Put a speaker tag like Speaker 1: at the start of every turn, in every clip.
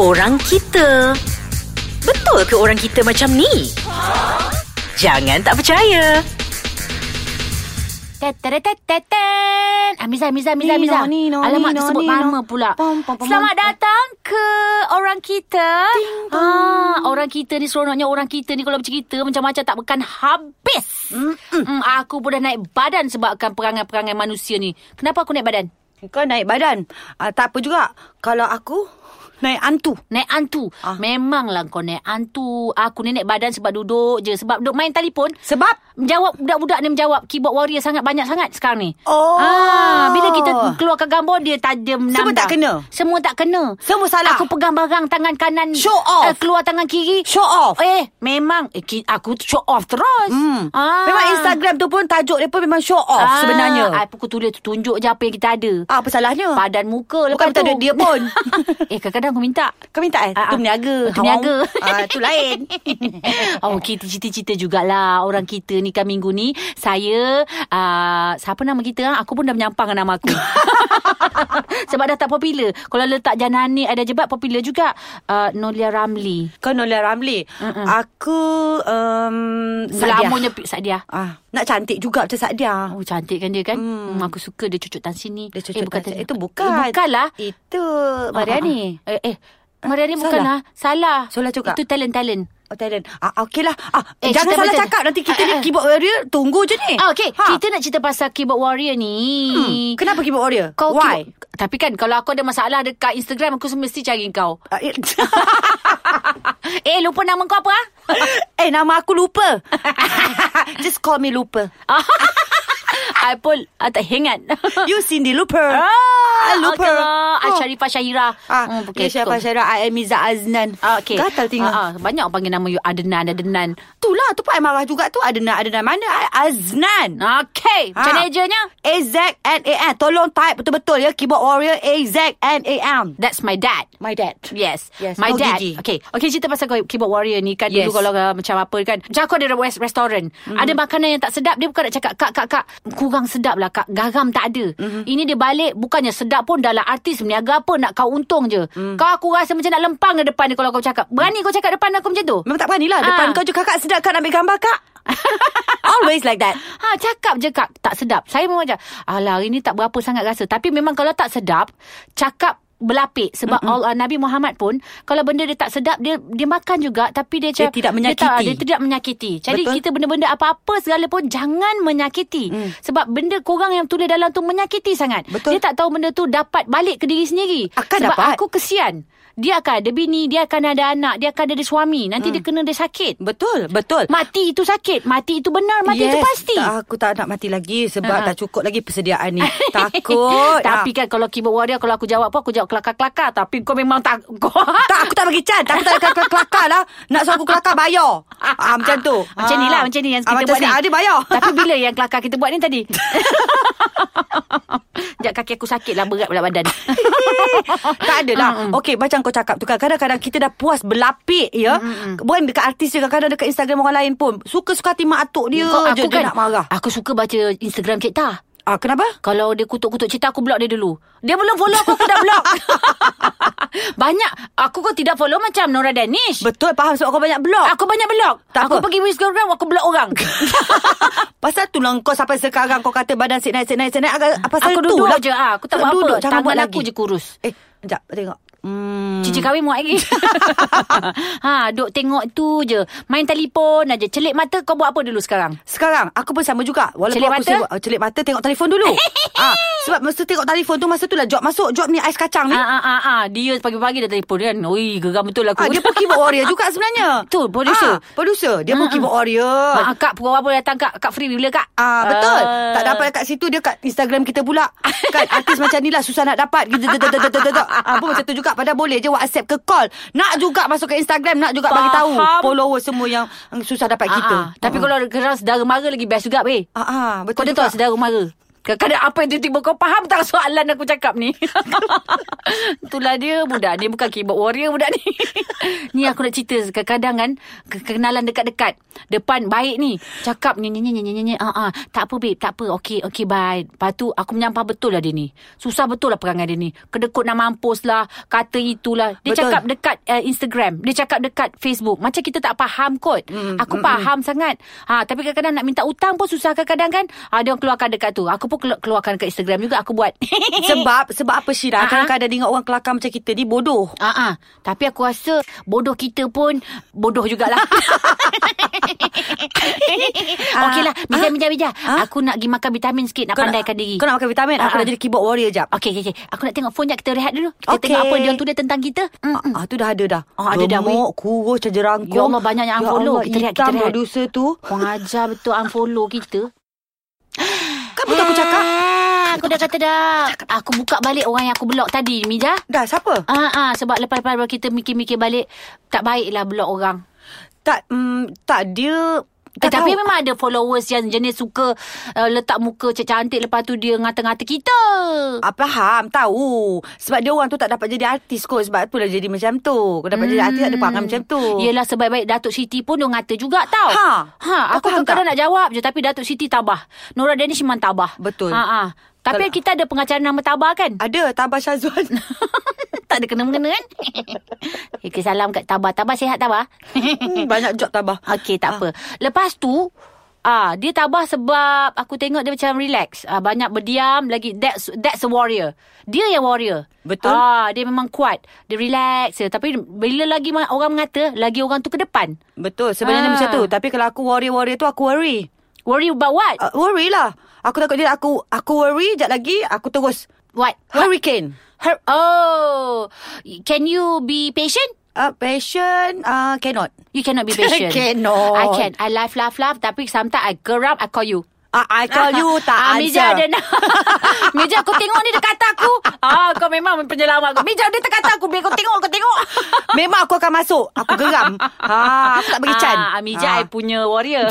Speaker 1: orang kita. Betul ke orang kita macam ni? Jangan tak percaya.
Speaker 2: Tetereteteteten. Ah, Miza, Miza, Miza,
Speaker 3: Nino,
Speaker 2: Miza.
Speaker 3: Nino,
Speaker 2: Alamak,
Speaker 3: Nino,
Speaker 2: tersebut
Speaker 3: Nino.
Speaker 2: nama pula.
Speaker 3: Pom, pom, pom,
Speaker 2: Selamat
Speaker 3: pom.
Speaker 2: datang ke orang kita. Ah, orang kita ni seronoknya orang kita ni kalau bercerita macam-macam tak akan habis. Mm, aku pun dah naik badan sebabkan perangai-perangai manusia ni. Kenapa aku naik badan?
Speaker 3: Kau naik badan. Ah, tak apa juga. Kalau aku naik hantu.
Speaker 2: Naik hantu.
Speaker 3: Ah.
Speaker 2: Memanglah kau naik hantu. Aku ni naik badan sebab duduk je. Sebab duduk main telefon.
Speaker 3: Sebab
Speaker 2: Menjawab budak-budak ni menjawab keyboard warrior sangat banyak sangat sekarang ni.
Speaker 3: Oh.
Speaker 2: Ah, bila kita keluarkan gambar dia tajam
Speaker 3: Semua tak kena?
Speaker 2: Semua tak kena.
Speaker 3: Semua salah.
Speaker 2: Aku pegang barang tangan kanan.
Speaker 3: Show off.
Speaker 2: Eh, keluar tangan kiri.
Speaker 3: show off.
Speaker 2: Eh, memang eh, ki- aku tu show off terus.
Speaker 3: Hmm. Memang Instagram tu pun tajuk dia pun memang show off
Speaker 2: Ah,
Speaker 3: sebenarnya.
Speaker 2: ah, Aku tulis tunjuk je apa yang kita ada.
Speaker 3: Ah, apa salahnya?
Speaker 2: Badan muka
Speaker 3: Bukan
Speaker 2: lepas
Speaker 3: tak
Speaker 2: tu.
Speaker 3: ada dia pun.
Speaker 2: eh, kadang-kadang aku minta.
Speaker 3: Kau minta eh?
Speaker 2: Ah, ah.
Speaker 3: tu meniaga.
Speaker 2: Tu meniaga.
Speaker 3: Ah, tu lain.
Speaker 2: Oh, kita cita-cita jugalah orang kita ni kan minggu ni. Saya, uh, siapa nama kita? ah? Aku pun dah menyampang nama aku. Sebab dah tak popular. Kalau letak Janani ada jebat popular juga. Uh, Nolia Ramli.
Speaker 3: Kau Nolia Ramli.
Speaker 2: Mm-mm.
Speaker 3: Aku um, Sadiah.
Speaker 2: Selamunya Pik Sadia.
Speaker 3: Ah, nak cantik juga macam Sadiah.
Speaker 2: Oh, cantik kan dia kan? Hmm. aku suka dia cucuk tan sini.
Speaker 3: Dia cucuk tan sini.
Speaker 2: tadi.
Speaker 3: Itu bukan.
Speaker 2: Eh, bukanlah.
Speaker 3: Itu
Speaker 2: Mariani.
Speaker 3: Mariani. Ah,
Speaker 2: Eh, eh. Mariani
Speaker 3: Salah.
Speaker 2: bukanlah. Salah.
Speaker 3: Salah juga.
Speaker 2: Itu talent-talent.
Speaker 3: Oh, talent. Ah, okey lah. Ah,
Speaker 2: Eh, cerita
Speaker 3: jangan salah
Speaker 2: betul.
Speaker 3: cakap. Nanti kita
Speaker 2: Ah,
Speaker 3: ni
Speaker 2: ah, ah.
Speaker 3: keyboard warrior tunggu je ni.
Speaker 2: Ah, okay.
Speaker 3: Ha.
Speaker 2: Kita nak cerita pasal keyboard warrior ni.
Speaker 3: Hmm. Kenapa keyboard warrior?
Speaker 2: Kau
Speaker 3: Why?
Speaker 2: keyboard- Tapi kan kalau aku ada masalah dekat Instagram aku mesti cari kau.
Speaker 3: Ah, eh,
Speaker 2: Eh lupa nama kau apa ah?
Speaker 3: eh, nama aku lupa. Just call me Lupa.
Speaker 2: Ah. I pun uh, tak ingat.
Speaker 3: You Cindy Looper.
Speaker 2: Ah,
Speaker 3: lupa.
Speaker 2: Okeylah. I
Speaker 3: Oh.
Speaker 2: Sharifah Syahira. Hmm,
Speaker 3: Ah, hmm,
Speaker 2: pakai
Speaker 3: okay, siapa
Speaker 2: skong.
Speaker 3: Syara? I am Miza Aznan.
Speaker 2: Ah, okay.
Speaker 3: Gatal tinggal.
Speaker 2: Ah, ah, banyak orang panggil nama you Adenan, Adenan.
Speaker 3: Itulah, tu pun I marah juga tu. Adnan, Adnan mana? I Aznan.
Speaker 2: Okay. Macam
Speaker 3: Ah.
Speaker 2: mana ejanya?
Speaker 3: A-Z-N-A-N. Tolong type betul-betul ya. Keyboard warrior A-Z-N-A-N.
Speaker 2: That's my dad.
Speaker 3: My dad.
Speaker 2: Yes.
Speaker 3: Yes.
Speaker 2: My
Speaker 3: Oh,
Speaker 2: dad.
Speaker 3: Gigi.
Speaker 2: Okay. Okay, cerita pasal kau- keyboard warrior ni kan. Dulu
Speaker 3: Yes.
Speaker 2: kalau uh, macam apa kan. Macam aku ada rest, restoran. Mm-hmm. Ada makanan yang tak sedap. Dia bukan nak cakap, Kak, Kak, Kak. Kurang sedap lah, Kak. Garam tak ada. Mm-hmm. Ini dia balik. Bukannya sedap pun dalam artis meniaga apa. Nak kau untung je. Mm. Kau aku rasa macam nak lempang ke depan ni kalau kau cakap. Berani kau cakap depan aku macam tu?
Speaker 3: Memang tak beranilah.
Speaker 2: Ah.
Speaker 3: Depan kau je kakak sedap kan ambil gambar kak. Always like that.
Speaker 2: Ha, cakap je Kak. Tak sedap. Saya memang macam, alah hari ni tak berapa sangat rasa. Tapi memang kalau tak sedap, cakap berlapik sebab Allah Nabi Muhammad pun kalau benda dia tak sedap dia dia makan juga tapi dia, macam-
Speaker 3: Dia tidak
Speaker 2: dia, tak,
Speaker 3: menyakiti.
Speaker 2: dia tidak menyakiti jadi
Speaker 3: Betul. Mm.
Speaker 2: Betul. kita benda-benda apa-apa segala pun jangan menyakiti sebab benda korang yang tulis dalam tu menyakiti sangat
Speaker 3: Betul.
Speaker 2: dia tak tahu benda tu dapat balik ke diri sendiri
Speaker 3: Akan
Speaker 2: sebab
Speaker 3: dapat.
Speaker 2: aku kesian dia akan ada bini dia akan ada anak dia akan ada suami nanti dia kena dia sakit
Speaker 3: Betul, Mm. betul.
Speaker 2: mati itu sakit mati itu benar mati itu pasti
Speaker 3: Tak, aku tak nak mati lagi sebab
Speaker 2: Ha.
Speaker 3: tak cukup lagi persediaan ni. Takut.
Speaker 2: Tapi
Speaker 3: Ah.
Speaker 2: kan kalau keyboard warrior Kalau aku jawab apa Aku jawab kelakar-kelakar Tapi kau memang tak kau,
Speaker 3: tak, aku tak bagi chance. Aku tak kelakar, kelakar lah. Nak suruh aku kelakar, bayar. Ah, macam tu.
Speaker 2: Macam ni lah Macam ni yang kita
Speaker 3: Ah, macam
Speaker 2: buat ni
Speaker 3: si Adi bayar.
Speaker 2: Tapi bila yang kelakar kita buat ni tadi Sekejap kaki aku sakit lah Berat pula badan
Speaker 3: tak ada lah. Okey, macam kau cakap tu kan. Kadang-kadang kita dah puas berlapik ya. Bukan dekat artis je. Kadang-kadang dekat Instagram orang lain pun. Suka-suka hati mak atuk dia
Speaker 2: Kau-
Speaker 3: je. Ya, Dia nak marah.
Speaker 2: Aku kan- suka baca Instagram Cik Tah
Speaker 3: Ah, kenapa?
Speaker 2: Kalau dia kutuk-kutuk cerita Aku block dia dulu Dia belum follow aku Aku dah block Banyak Aku kau tidak follow Macam Nora Danish
Speaker 3: Betul, faham sebab kau banyak blog.
Speaker 2: Aku banyak block
Speaker 3: Tak
Speaker 2: Aku
Speaker 3: apa.
Speaker 2: pergi Instagram Aku block orang
Speaker 3: Pasal tu lah kau sampai sekarang kau kata badan sit naik, sit naik, sit naik. Agak- Pasal
Speaker 2: Aku
Speaker 3: tu
Speaker 2: duduk
Speaker 3: lah.
Speaker 2: je ah. Aku tak
Speaker 3: Kau
Speaker 2: buat
Speaker 3: duduk,
Speaker 2: apa
Speaker 3: Jangan
Speaker 2: Tangan
Speaker 3: buat lagi.
Speaker 2: aku je kurus
Speaker 3: Eh, sekejap. Tengok. Hmm.
Speaker 2: Cici kahwin muat lagi Ha Duk tengok tu je Main telefon aja Celik mata kau buat apa dulu sekarang
Speaker 3: Sekarang aku pun sama juga
Speaker 2: Celik
Speaker 3: Walaupun aku
Speaker 2: mata?
Speaker 3: sibuk oh, Celik mata tengok telefon dulu ah, Sebab masa tengok telefon tu Masa tu lah job masuk Job ni ais kacang ni
Speaker 2: Ah
Speaker 3: ah,
Speaker 2: ah ah ah Dia pagi-pagi dah telefon kan Ui geram betul aku
Speaker 3: Dia pun keyboard warrior juga sebenarnya
Speaker 2: Tu, producer.
Speaker 3: ah, Producer Dia pun keyboard warrior
Speaker 2: Mak Ah, kak pukul apa datang kak Kak free bila kak
Speaker 3: Ah betul. tak dapat kat situ dia kat Instagram kita pula. Kan artis macam ni lah susah nak dapat. Gitu tak tak tak tak. Ah pun macam tu juga padahal boleh je WhatsApp ke call. Nak juga masuk ke Instagram, nak juga bagi tahu
Speaker 2: Faham.
Speaker 3: follower semua yang yang susah dapat
Speaker 2: Ah,
Speaker 3: kita. Hmm.
Speaker 2: ah. Tapi kalau keras saudara mara lagi best juga weh
Speaker 3: ah, ah
Speaker 2: Kau ada
Speaker 3: betul juga.
Speaker 2: tak saudara mara? Kadang-kadang apa yang tiba-tiba kau faham tak soalan aku cakap ni? Itulah dia budak ni bukan keyboard warrior budak ni. Ni aku nak cerita Kadang-kadang kan ke- Kenalan dekat-dekat Depan baik ni Cakap ni ni ni ni ni ni ah, ah. Tak apa babe Tak apa Okay okay bye Lepas tu aku menyampah betul lah dia ni Susah betul lah perangai dia ni Kedekut nak mampus lah Kata itulah Dia
Speaker 3: Betul.
Speaker 2: cakap dekat uh, Instagram Dia cakap dekat Facebook Macam kita tak faham kot mm, Aku mm, faham mm. sangat ha, Tapi kadang-kadang nak minta utang pun Susah kadang-kadang kan ha, Dia orang keluarkan dekat tu Aku pun kelu- keluarkan dekat Instagram juga Aku buat
Speaker 3: Sebab Sebab apa Syirah
Speaker 2: Ha-ha.
Speaker 3: Kadang-kadang dengar orang kelakar macam kita ni Bodoh
Speaker 2: Ah, ah. Tapi aku rasa bodoh kita pun bodoh jugalah. Okeylah, lah, bijak bijak bijak. Aku nak pergi makan vitamin sikit Ah. nak
Speaker 3: Kau
Speaker 2: pandaikan
Speaker 3: nak,
Speaker 2: diri.
Speaker 3: Kau nak makan vitamin Aku
Speaker 2: Ha-ha.
Speaker 3: nak jadi keyboard warrior jap
Speaker 2: Okey okey okey. Aku nak tengok phone jap kita rehat dulu. Kita
Speaker 3: Okey.
Speaker 2: tengok apa dia orang tulis tentang kita. Mm.
Speaker 3: Ah, tu dah ada dah.
Speaker 2: Ah, ada dah,
Speaker 3: Gemuk, kurus, macam jerangkung.
Speaker 2: Ya Allah, banyak yang unfollow.
Speaker 3: Allah,
Speaker 2: Kita rehat,
Speaker 3: hitam
Speaker 2: kita rehat.
Speaker 3: producer tu.
Speaker 2: Pengajar betul unfollow kita.
Speaker 3: Kan betul aku cakap.
Speaker 2: Ah, aku dah kata dah. Aku buka balik orang yang aku block tadi, Mija.
Speaker 3: Dah, siapa?
Speaker 2: Ah ah sebab lepas-lepas kita mikir-mikir balik tak baiklah block orang.
Speaker 3: Tak, mm, tak dia...
Speaker 2: Eh,
Speaker 3: Tak
Speaker 2: tapi
Speaker 3: tahu.
Speaker 2: memang ada followers yang jenis suka uh, letak muka cantik-cantik lepas tu dia ngata-ngata kita.
Speaker 3: Ah, faham, tahu. Sebab dia orang tu tak dapat jadi artis kot. Sebab tu lah jadi macam tu. Kau dapat jadi artis, tak ada perangai macam tu.
Speaker 2: Hmm. Yelah sebaik-baik Datuk Siti pun dia ngata juga tau.
Speaker 3: Ha.
Speaker 2: Ha,
Speaker 3: Kau
Speaker 2: aku
Speaker 3: faham
Speaker 2: kadang-kadang nak jawab je tapi Datuk Siti tabah. Nora Danish memang tabah.
Speaker 3: Betul.
Speaker 2: Ha ah. Tapi
Speaker 3: Kalau-
Speaker 2: kita ada pengacara nama tabah kan?
Speaker 3: Ada, Tabah Syazwan.
Speaker 2: tak ada kena-mengena kan? Okey, salam kat tabah. Tabah sihat tabah?
Speaker 3: Hmm, Banyak job Tabah.
Speaker 2: Okey,
Speaker 3: Ah.
Speaker 2: tak apa. Lepas tu Ah, dia tabah sebab aku tengok dia macam relax. Ah, banyak berdiam lagi that's that's a warrior. Dia yang warrior.
Speaker 3: Betul.
Speaker 2: Ah, dia memang kuat. Dia relax je. Tapi bila lagi ma- orang mengata, lagi orang tu ke depan.
Speaker 3: Betul, sebenarnya
Speaker 2: Ah.
Speaker 3: macam tu. Tapi kalau aku warrior-warrior tu, aku worry.
Speaker 2: Worry about what?
Speaker 3: Uh, worry lah. Aku takut dia, aku aku worry, jap lagi aku terus.
Speaker 2: what?
Speaker 3: Hurricane.
Speaker 2: Ha? Her- oh. Can you be patient?
Speaker 3: Uh, passion, uh, cannot.
Speaker 2: You cannot be patient.
Speaker 3: Cannot.
Speaker 2: I can. I laugh, laugh, laugh. Tapi sometimes I geram, I call you.
Speaker 3: Uh, I call you tak
Speaker 2: ah,
Speaker 3: answer.
Speaker 2: Mija ada nak Mija aku tengok ni dia kata aku Ah kau memang penyelamat aku Mija dia kata aku Biar kau tengok Kau tengok
Speaker 3: Memang aku akan masuk. Aku geram. ha, aku tak bagi Ha. can.
Speaker 2: ah, Mija I punya warrior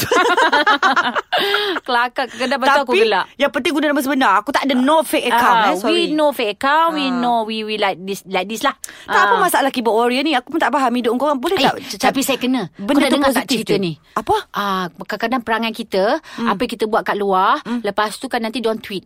Speaker 2: Kelakar Kedai betul aku
Speaker 3: Tapi
Speaker 2: gelak
Speaker 3: yang penting guna nama sebenar. Aku tak ada no fake account.
Speaker 2: Ah,
Speaker 3: eh, sorry.
Speaker 2: we know fake account We
Speaker 3: Ah.
Speaker 2: know we we like this like this lah
Speaker 3: Tak apa masalah keyboard warrior ni. Aku pun tak faham hidup korang. Boleh
Speaker 2: Eh,
Speaker 3: tak?
Speaker 2: tapi saya kena. Kau dah
Speaker 3: Benda tu
Speaker 2: dengar tak
Speaker 3: positif
Speaker 2: cerita
Speaker 3: je.
Speaker 2: ni?
Speaker 3: Apa?
Speaker 2: Ah, kadang-kadang perangai kita, hmm. apa yang kita buat kat luar, hmm. lepas tu kan nanti diorang tweet.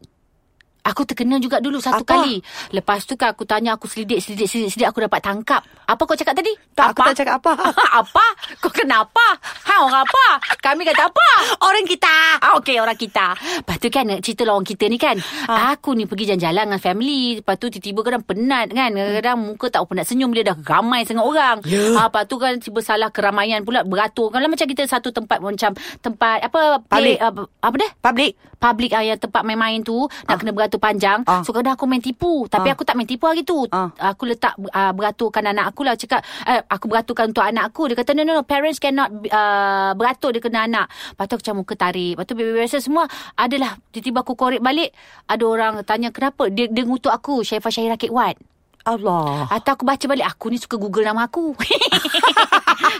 Speaker 2: Aku terkena juga dulu satu
Speaker 3: Apa?
Speaker 2: kali. Lepas tu kan aku tanya, aku selidik, selidik, selidik, selidik, aku dapat tangkap. Apa kau cakap tadi?
Speaker 3: Tak, aku
Speaker 2: apa?
Speaker 3: tak cakap apa.
Speaker 2: apa? Kau kenapa? Ha, orang apa? Kami kata apa?
Speaker 3: Orang kita.
Speaker 2: Ah, okey orang kita. Lepas tu kan cerita lah orang kita ni kan. Ha. Aku ni pergi jalan-jalan dengan family. Lepas tu tiba-tiba kadang penat kan. Kadang-kadang muka tak pernah senyum bila dah ramai sangat orang. Yeah. Ha, lepas tu kan tiba salah keramaian pula beratur. Kalau macam kita satu tempat macam tempat apa
Speaker 3: Public.
Speaker 2: apa, apa dah?
Speaker 3: Public.
Speaker 2: Public ah, yang tempat main-main tu Nak kena beratur panjang
Speaker 3: Ah.
Speaker 2: So kadang aku main tipu Tapi
Speaker 3: Ah.
Speaker 2: aku tak main tipu hari tu
Speaker 3: Ah.
Speaker 2: Aku letak uh, beraturkan anak aku lah Cakap eh, Aku beraturkan untuk anak aku Dia kata no no no Parents cannot uh, beratur Dia kena anak Lepas tu aku macam muka tarik Lepas tu biasa semua Adalah Tiba-tiba aku korek balik Ada orang tanya kenapa Dia, dia ngutuk aku Syaifah Syahira Kate Wan
Speaker 3: Allah.
Speaker 2: atau aku baca balik Aku ni suka google nama aku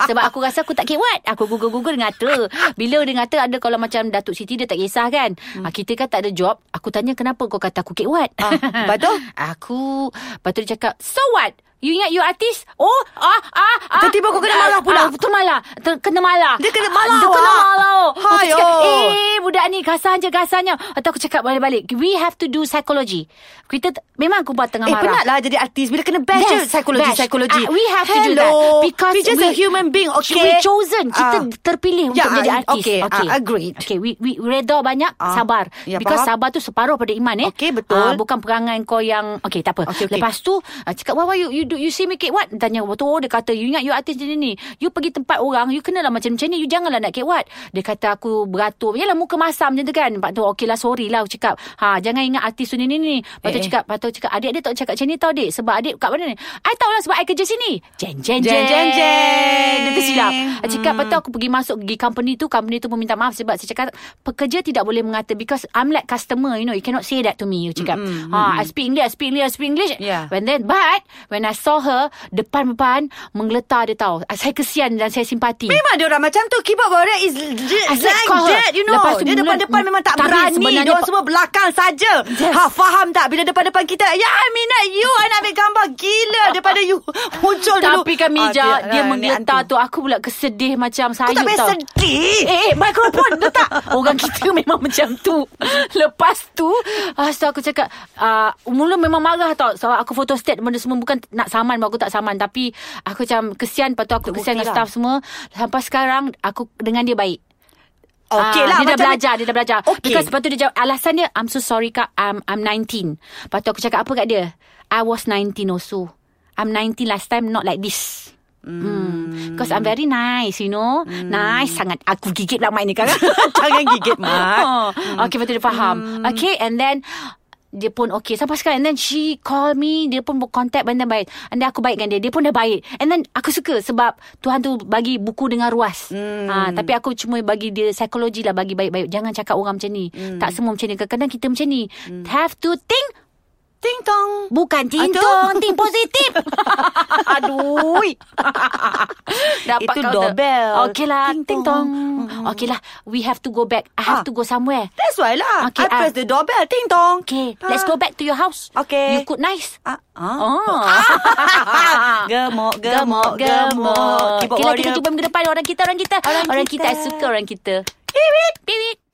Speaker 2: Sebab aku rasa aku tak kewat Aku google-google dia ngata Bila dia ngata ada Kalau macam Datuk Siti dia tak kisah kan hmm. Kita kan tak ada job Aku tanya kenapa kau kata aku kewat
Speaker 3: Ah, lepas tu?
Speaker 2: Aku Lepas tu dia cakap So what? You ingat you artis? Oh, ah, ah, ah.
Speaker 3: Tiba-tiba kau kena marah
Speaker 2: Ah,
Speaker 3: pula.
Speaker 2: tu malah. Ter, kena malah.
Speaker 3: Dia kena malah
Speaker 2: Dia kena
Speaker 3: awak.
Speaker 2: malah. Aku
Speaker 3: Hai,
Speaker 2: cakap,
Speaker 3: oh.
Speaker 2: eh, budak ni kasarnya, kasarnya. Atau aku cakap balik-balik. We have to do psychology. Kita, t- memang aku buat tengah
Speaker 3: Eh
Speaker 2: marah.
Speaker 3: penat lah jadi artis Bila kena bash je
Speaker 2: Yes,
Speaker 3: Psikologi
Speaker 2: bash.
Speaker 3: Psikologi
Speaker 2: Ah, we have to do
Speaker 3: Hello.
Speaker 2: that because
Speaker 3: We just
Speaker 2: we-
Speaker 3: a human being Okay
Speaker 2: We chosen Kita
Speaker 3: Ah.
Speaker 2: terpilih Untuk
Speaker 3: Yeah,
Speaker 2: menjadi
Speaker 3: ah,
Speaker 2: artis
Speaker 3: Okay, okay. agreed
Speaker 2: Okay we, we reda banyak
Speaker 3: Ah.
Speaker 2: Sabar
Speaker 3: Ya,
Speaker 2: Because
Speaker 3: faham.
Speaker 2: sabar tu Separuh pada iman eh
Speaker 3: Okay, betul.
Speaker 2: Ah, Bukan perangai kau yang Okay tak apa
Speaker 3: Okay, okay.
Speaker 2: Lepas tu ah, Cakap why, why you, you, do, you see me Kate what Tanya tu oh, Dia kata You ingat you artis macam ni You pergi tempat orang You kenalah macam-macam ni You janganlah nak Kate what Dia kata aku beratur Yalah muka masam macam tu kan Lepas tu okay lah sorry lah Aku cakap ha, Jangan ingat artis tu ni ni ni Lepas tu
Speaker 3: Eh, eh.
Speaker 2: cakap Lepas tu cakap Adik dia tak cakap macam ni tau dik Sebab adik kat mana ni I tahu lah sebab I kerja sini Jen jen
Speaker 3: Jeng, jeng, jeng.
Speaker 2: dia tersilap hmm. Cakap
Speaker 3: Hmm.
Speaker 2: lepas tu aku pergi masuk Pergi company tu Company tu pun minta maaf Sebab saya cakap Pekerja tidak boleh mengata Because I'm like customer You know You cannot say that to me You cakap Ah,
Speaker 3: Mm-mm,
Speaker 2: ha, I speak English I speak English I speak English
Speaker 3: Yeah.
Speaker 2: When then But When I saw her depan-depan menggeletar dia tau. Ah, Saya kesian dan saya simpati.
Speaker 3: Memang dia orang macam tu Keyboard warrior is j-
Speaker 2: I said
Speaker 3: like
Speaker 2: call her.
Speaker 3: that You know
Speaker 2: Lepas tu
Speaker 3: Dia
Speaker 2: mula-
Speaker 3: depan-depan memang tak
Speaker 2: Tapi
Speaker 3: berani
Speaker 2: sebenarnya
Speaker 3: Dia orang
Speaker 2: pa-
Speaker 3: semua belakang saja
Speaker 2: Yes.
Speaker 3: Ha faham tak Bila depan-depan kita Ya I minat you I nak ambil gambar Gila Daripada you Muncul dulu
Speaker 2: Tapi kan Mija,
Speaker 3: Ah,
Speaker 2: dia, dia
Speaker 3: ah,
Speaker 2: menggeletar
Speaker 3: hantu.
Speaker 2: tu. Aku pula kesedih macam
Speaker 3: Kau
Speaker 2: sayur
Speaker 3: tak payah
Speaker 2: tau.
Speaker 3: sedih
Speaker 2: Eh, eh, mikrofon letak. Orang kita memang macam tu. Lepas tu, astaga aku cakap, uh, mula memang marah tau. Sebab aku foto stat benda semua bukan nak saman, aku tak saman. Tapi aku macam kesian, lepas tu aku
Speaker 3: Terbukti
Speaker 2: kesian dengan
Speaker 3: lah.
Speaker 2: staff semua. Sampai sekarang, aku dengan dia baik.
Speaker 3: Okey
Speaker 2: Ah,
Speaker 3: lah
Speaker 2: Dia dah
Speaker 3: macam-
Speaker 2: belajar Dia dah belajar
Speaker 3: Okey.
Speaker 2: Because lepas tu dia jawab Alasan dia I'm so sorry kak I'm, I'm 19 Lepas tu aku cakap apa kat dia I was 19 also I'm 19 last time Not like this Hmm. Because I'm very nice You know
Speaker 3: Hmm.
Speaker 2: Nice sangat Aku gigit lah main ni kan
Speaker 3: Jangan gigit Mak
Speaker 2: Oh. Okay, betul dia
Speaker 3: Hmm.
Speaker 2: faham. Okay, and then dia pun okay Sampai sekarang And then she call me Dia pun contact And then baik And then aku baik dengan dia Dia pun dah baik And then aku suka Sebab Tuhan tu bagi buku dengan ruas hmm. ha, Tapi aku cuma bagi dia Psikologi lah Bagi baik-baik Jangan cakap orang macam ni hmm. Tak semua macam ni Kadang-kadang kita macam ni hmm. Have to think
Speaker 3: Ting tong
Speaker 2: Bukan ting
Speaker 3: Aduh.
Speaker 2: tong Ting positif Aduh Dapat
Speaker 3: Itu
Speaker 2: kau tak?
Speaker 3: doorbell.
Speaker 2: Okay lah
Speaker 3: Ting
Speaker 2: Ting
Speaker 3: tong.
Speaker 2: tong Okay lah We have to go back I have
Speaker 3: Ah.
Speaker 2: to go somewhere
Speaker 3: That's why lah
Speaker 2: Okey,
Speaker 3: I
Speaker 2: ah.
Speaker 3: press the doorbell Ting tong
Speaker 2: Okay, let's go back to your house.
Speaker 3: Ah. Okay.
Speaker 2: You cook nice.
Speaker 3: Ah, ah.
Speaker 2: Oh.
Speaker 3: Gemuk, gemuk, gemuk.
Speaker 2: Okay lah, kita
Speaker 3: warrior.
Speaker 2: jumpa minggu depan. Orang kita, orang kita.
Speaker 3: Orang
Speaker 2: Orang
Speaker 3: kita.
Speaker 2: kita. I suka orang kita. Piwit. Piwit.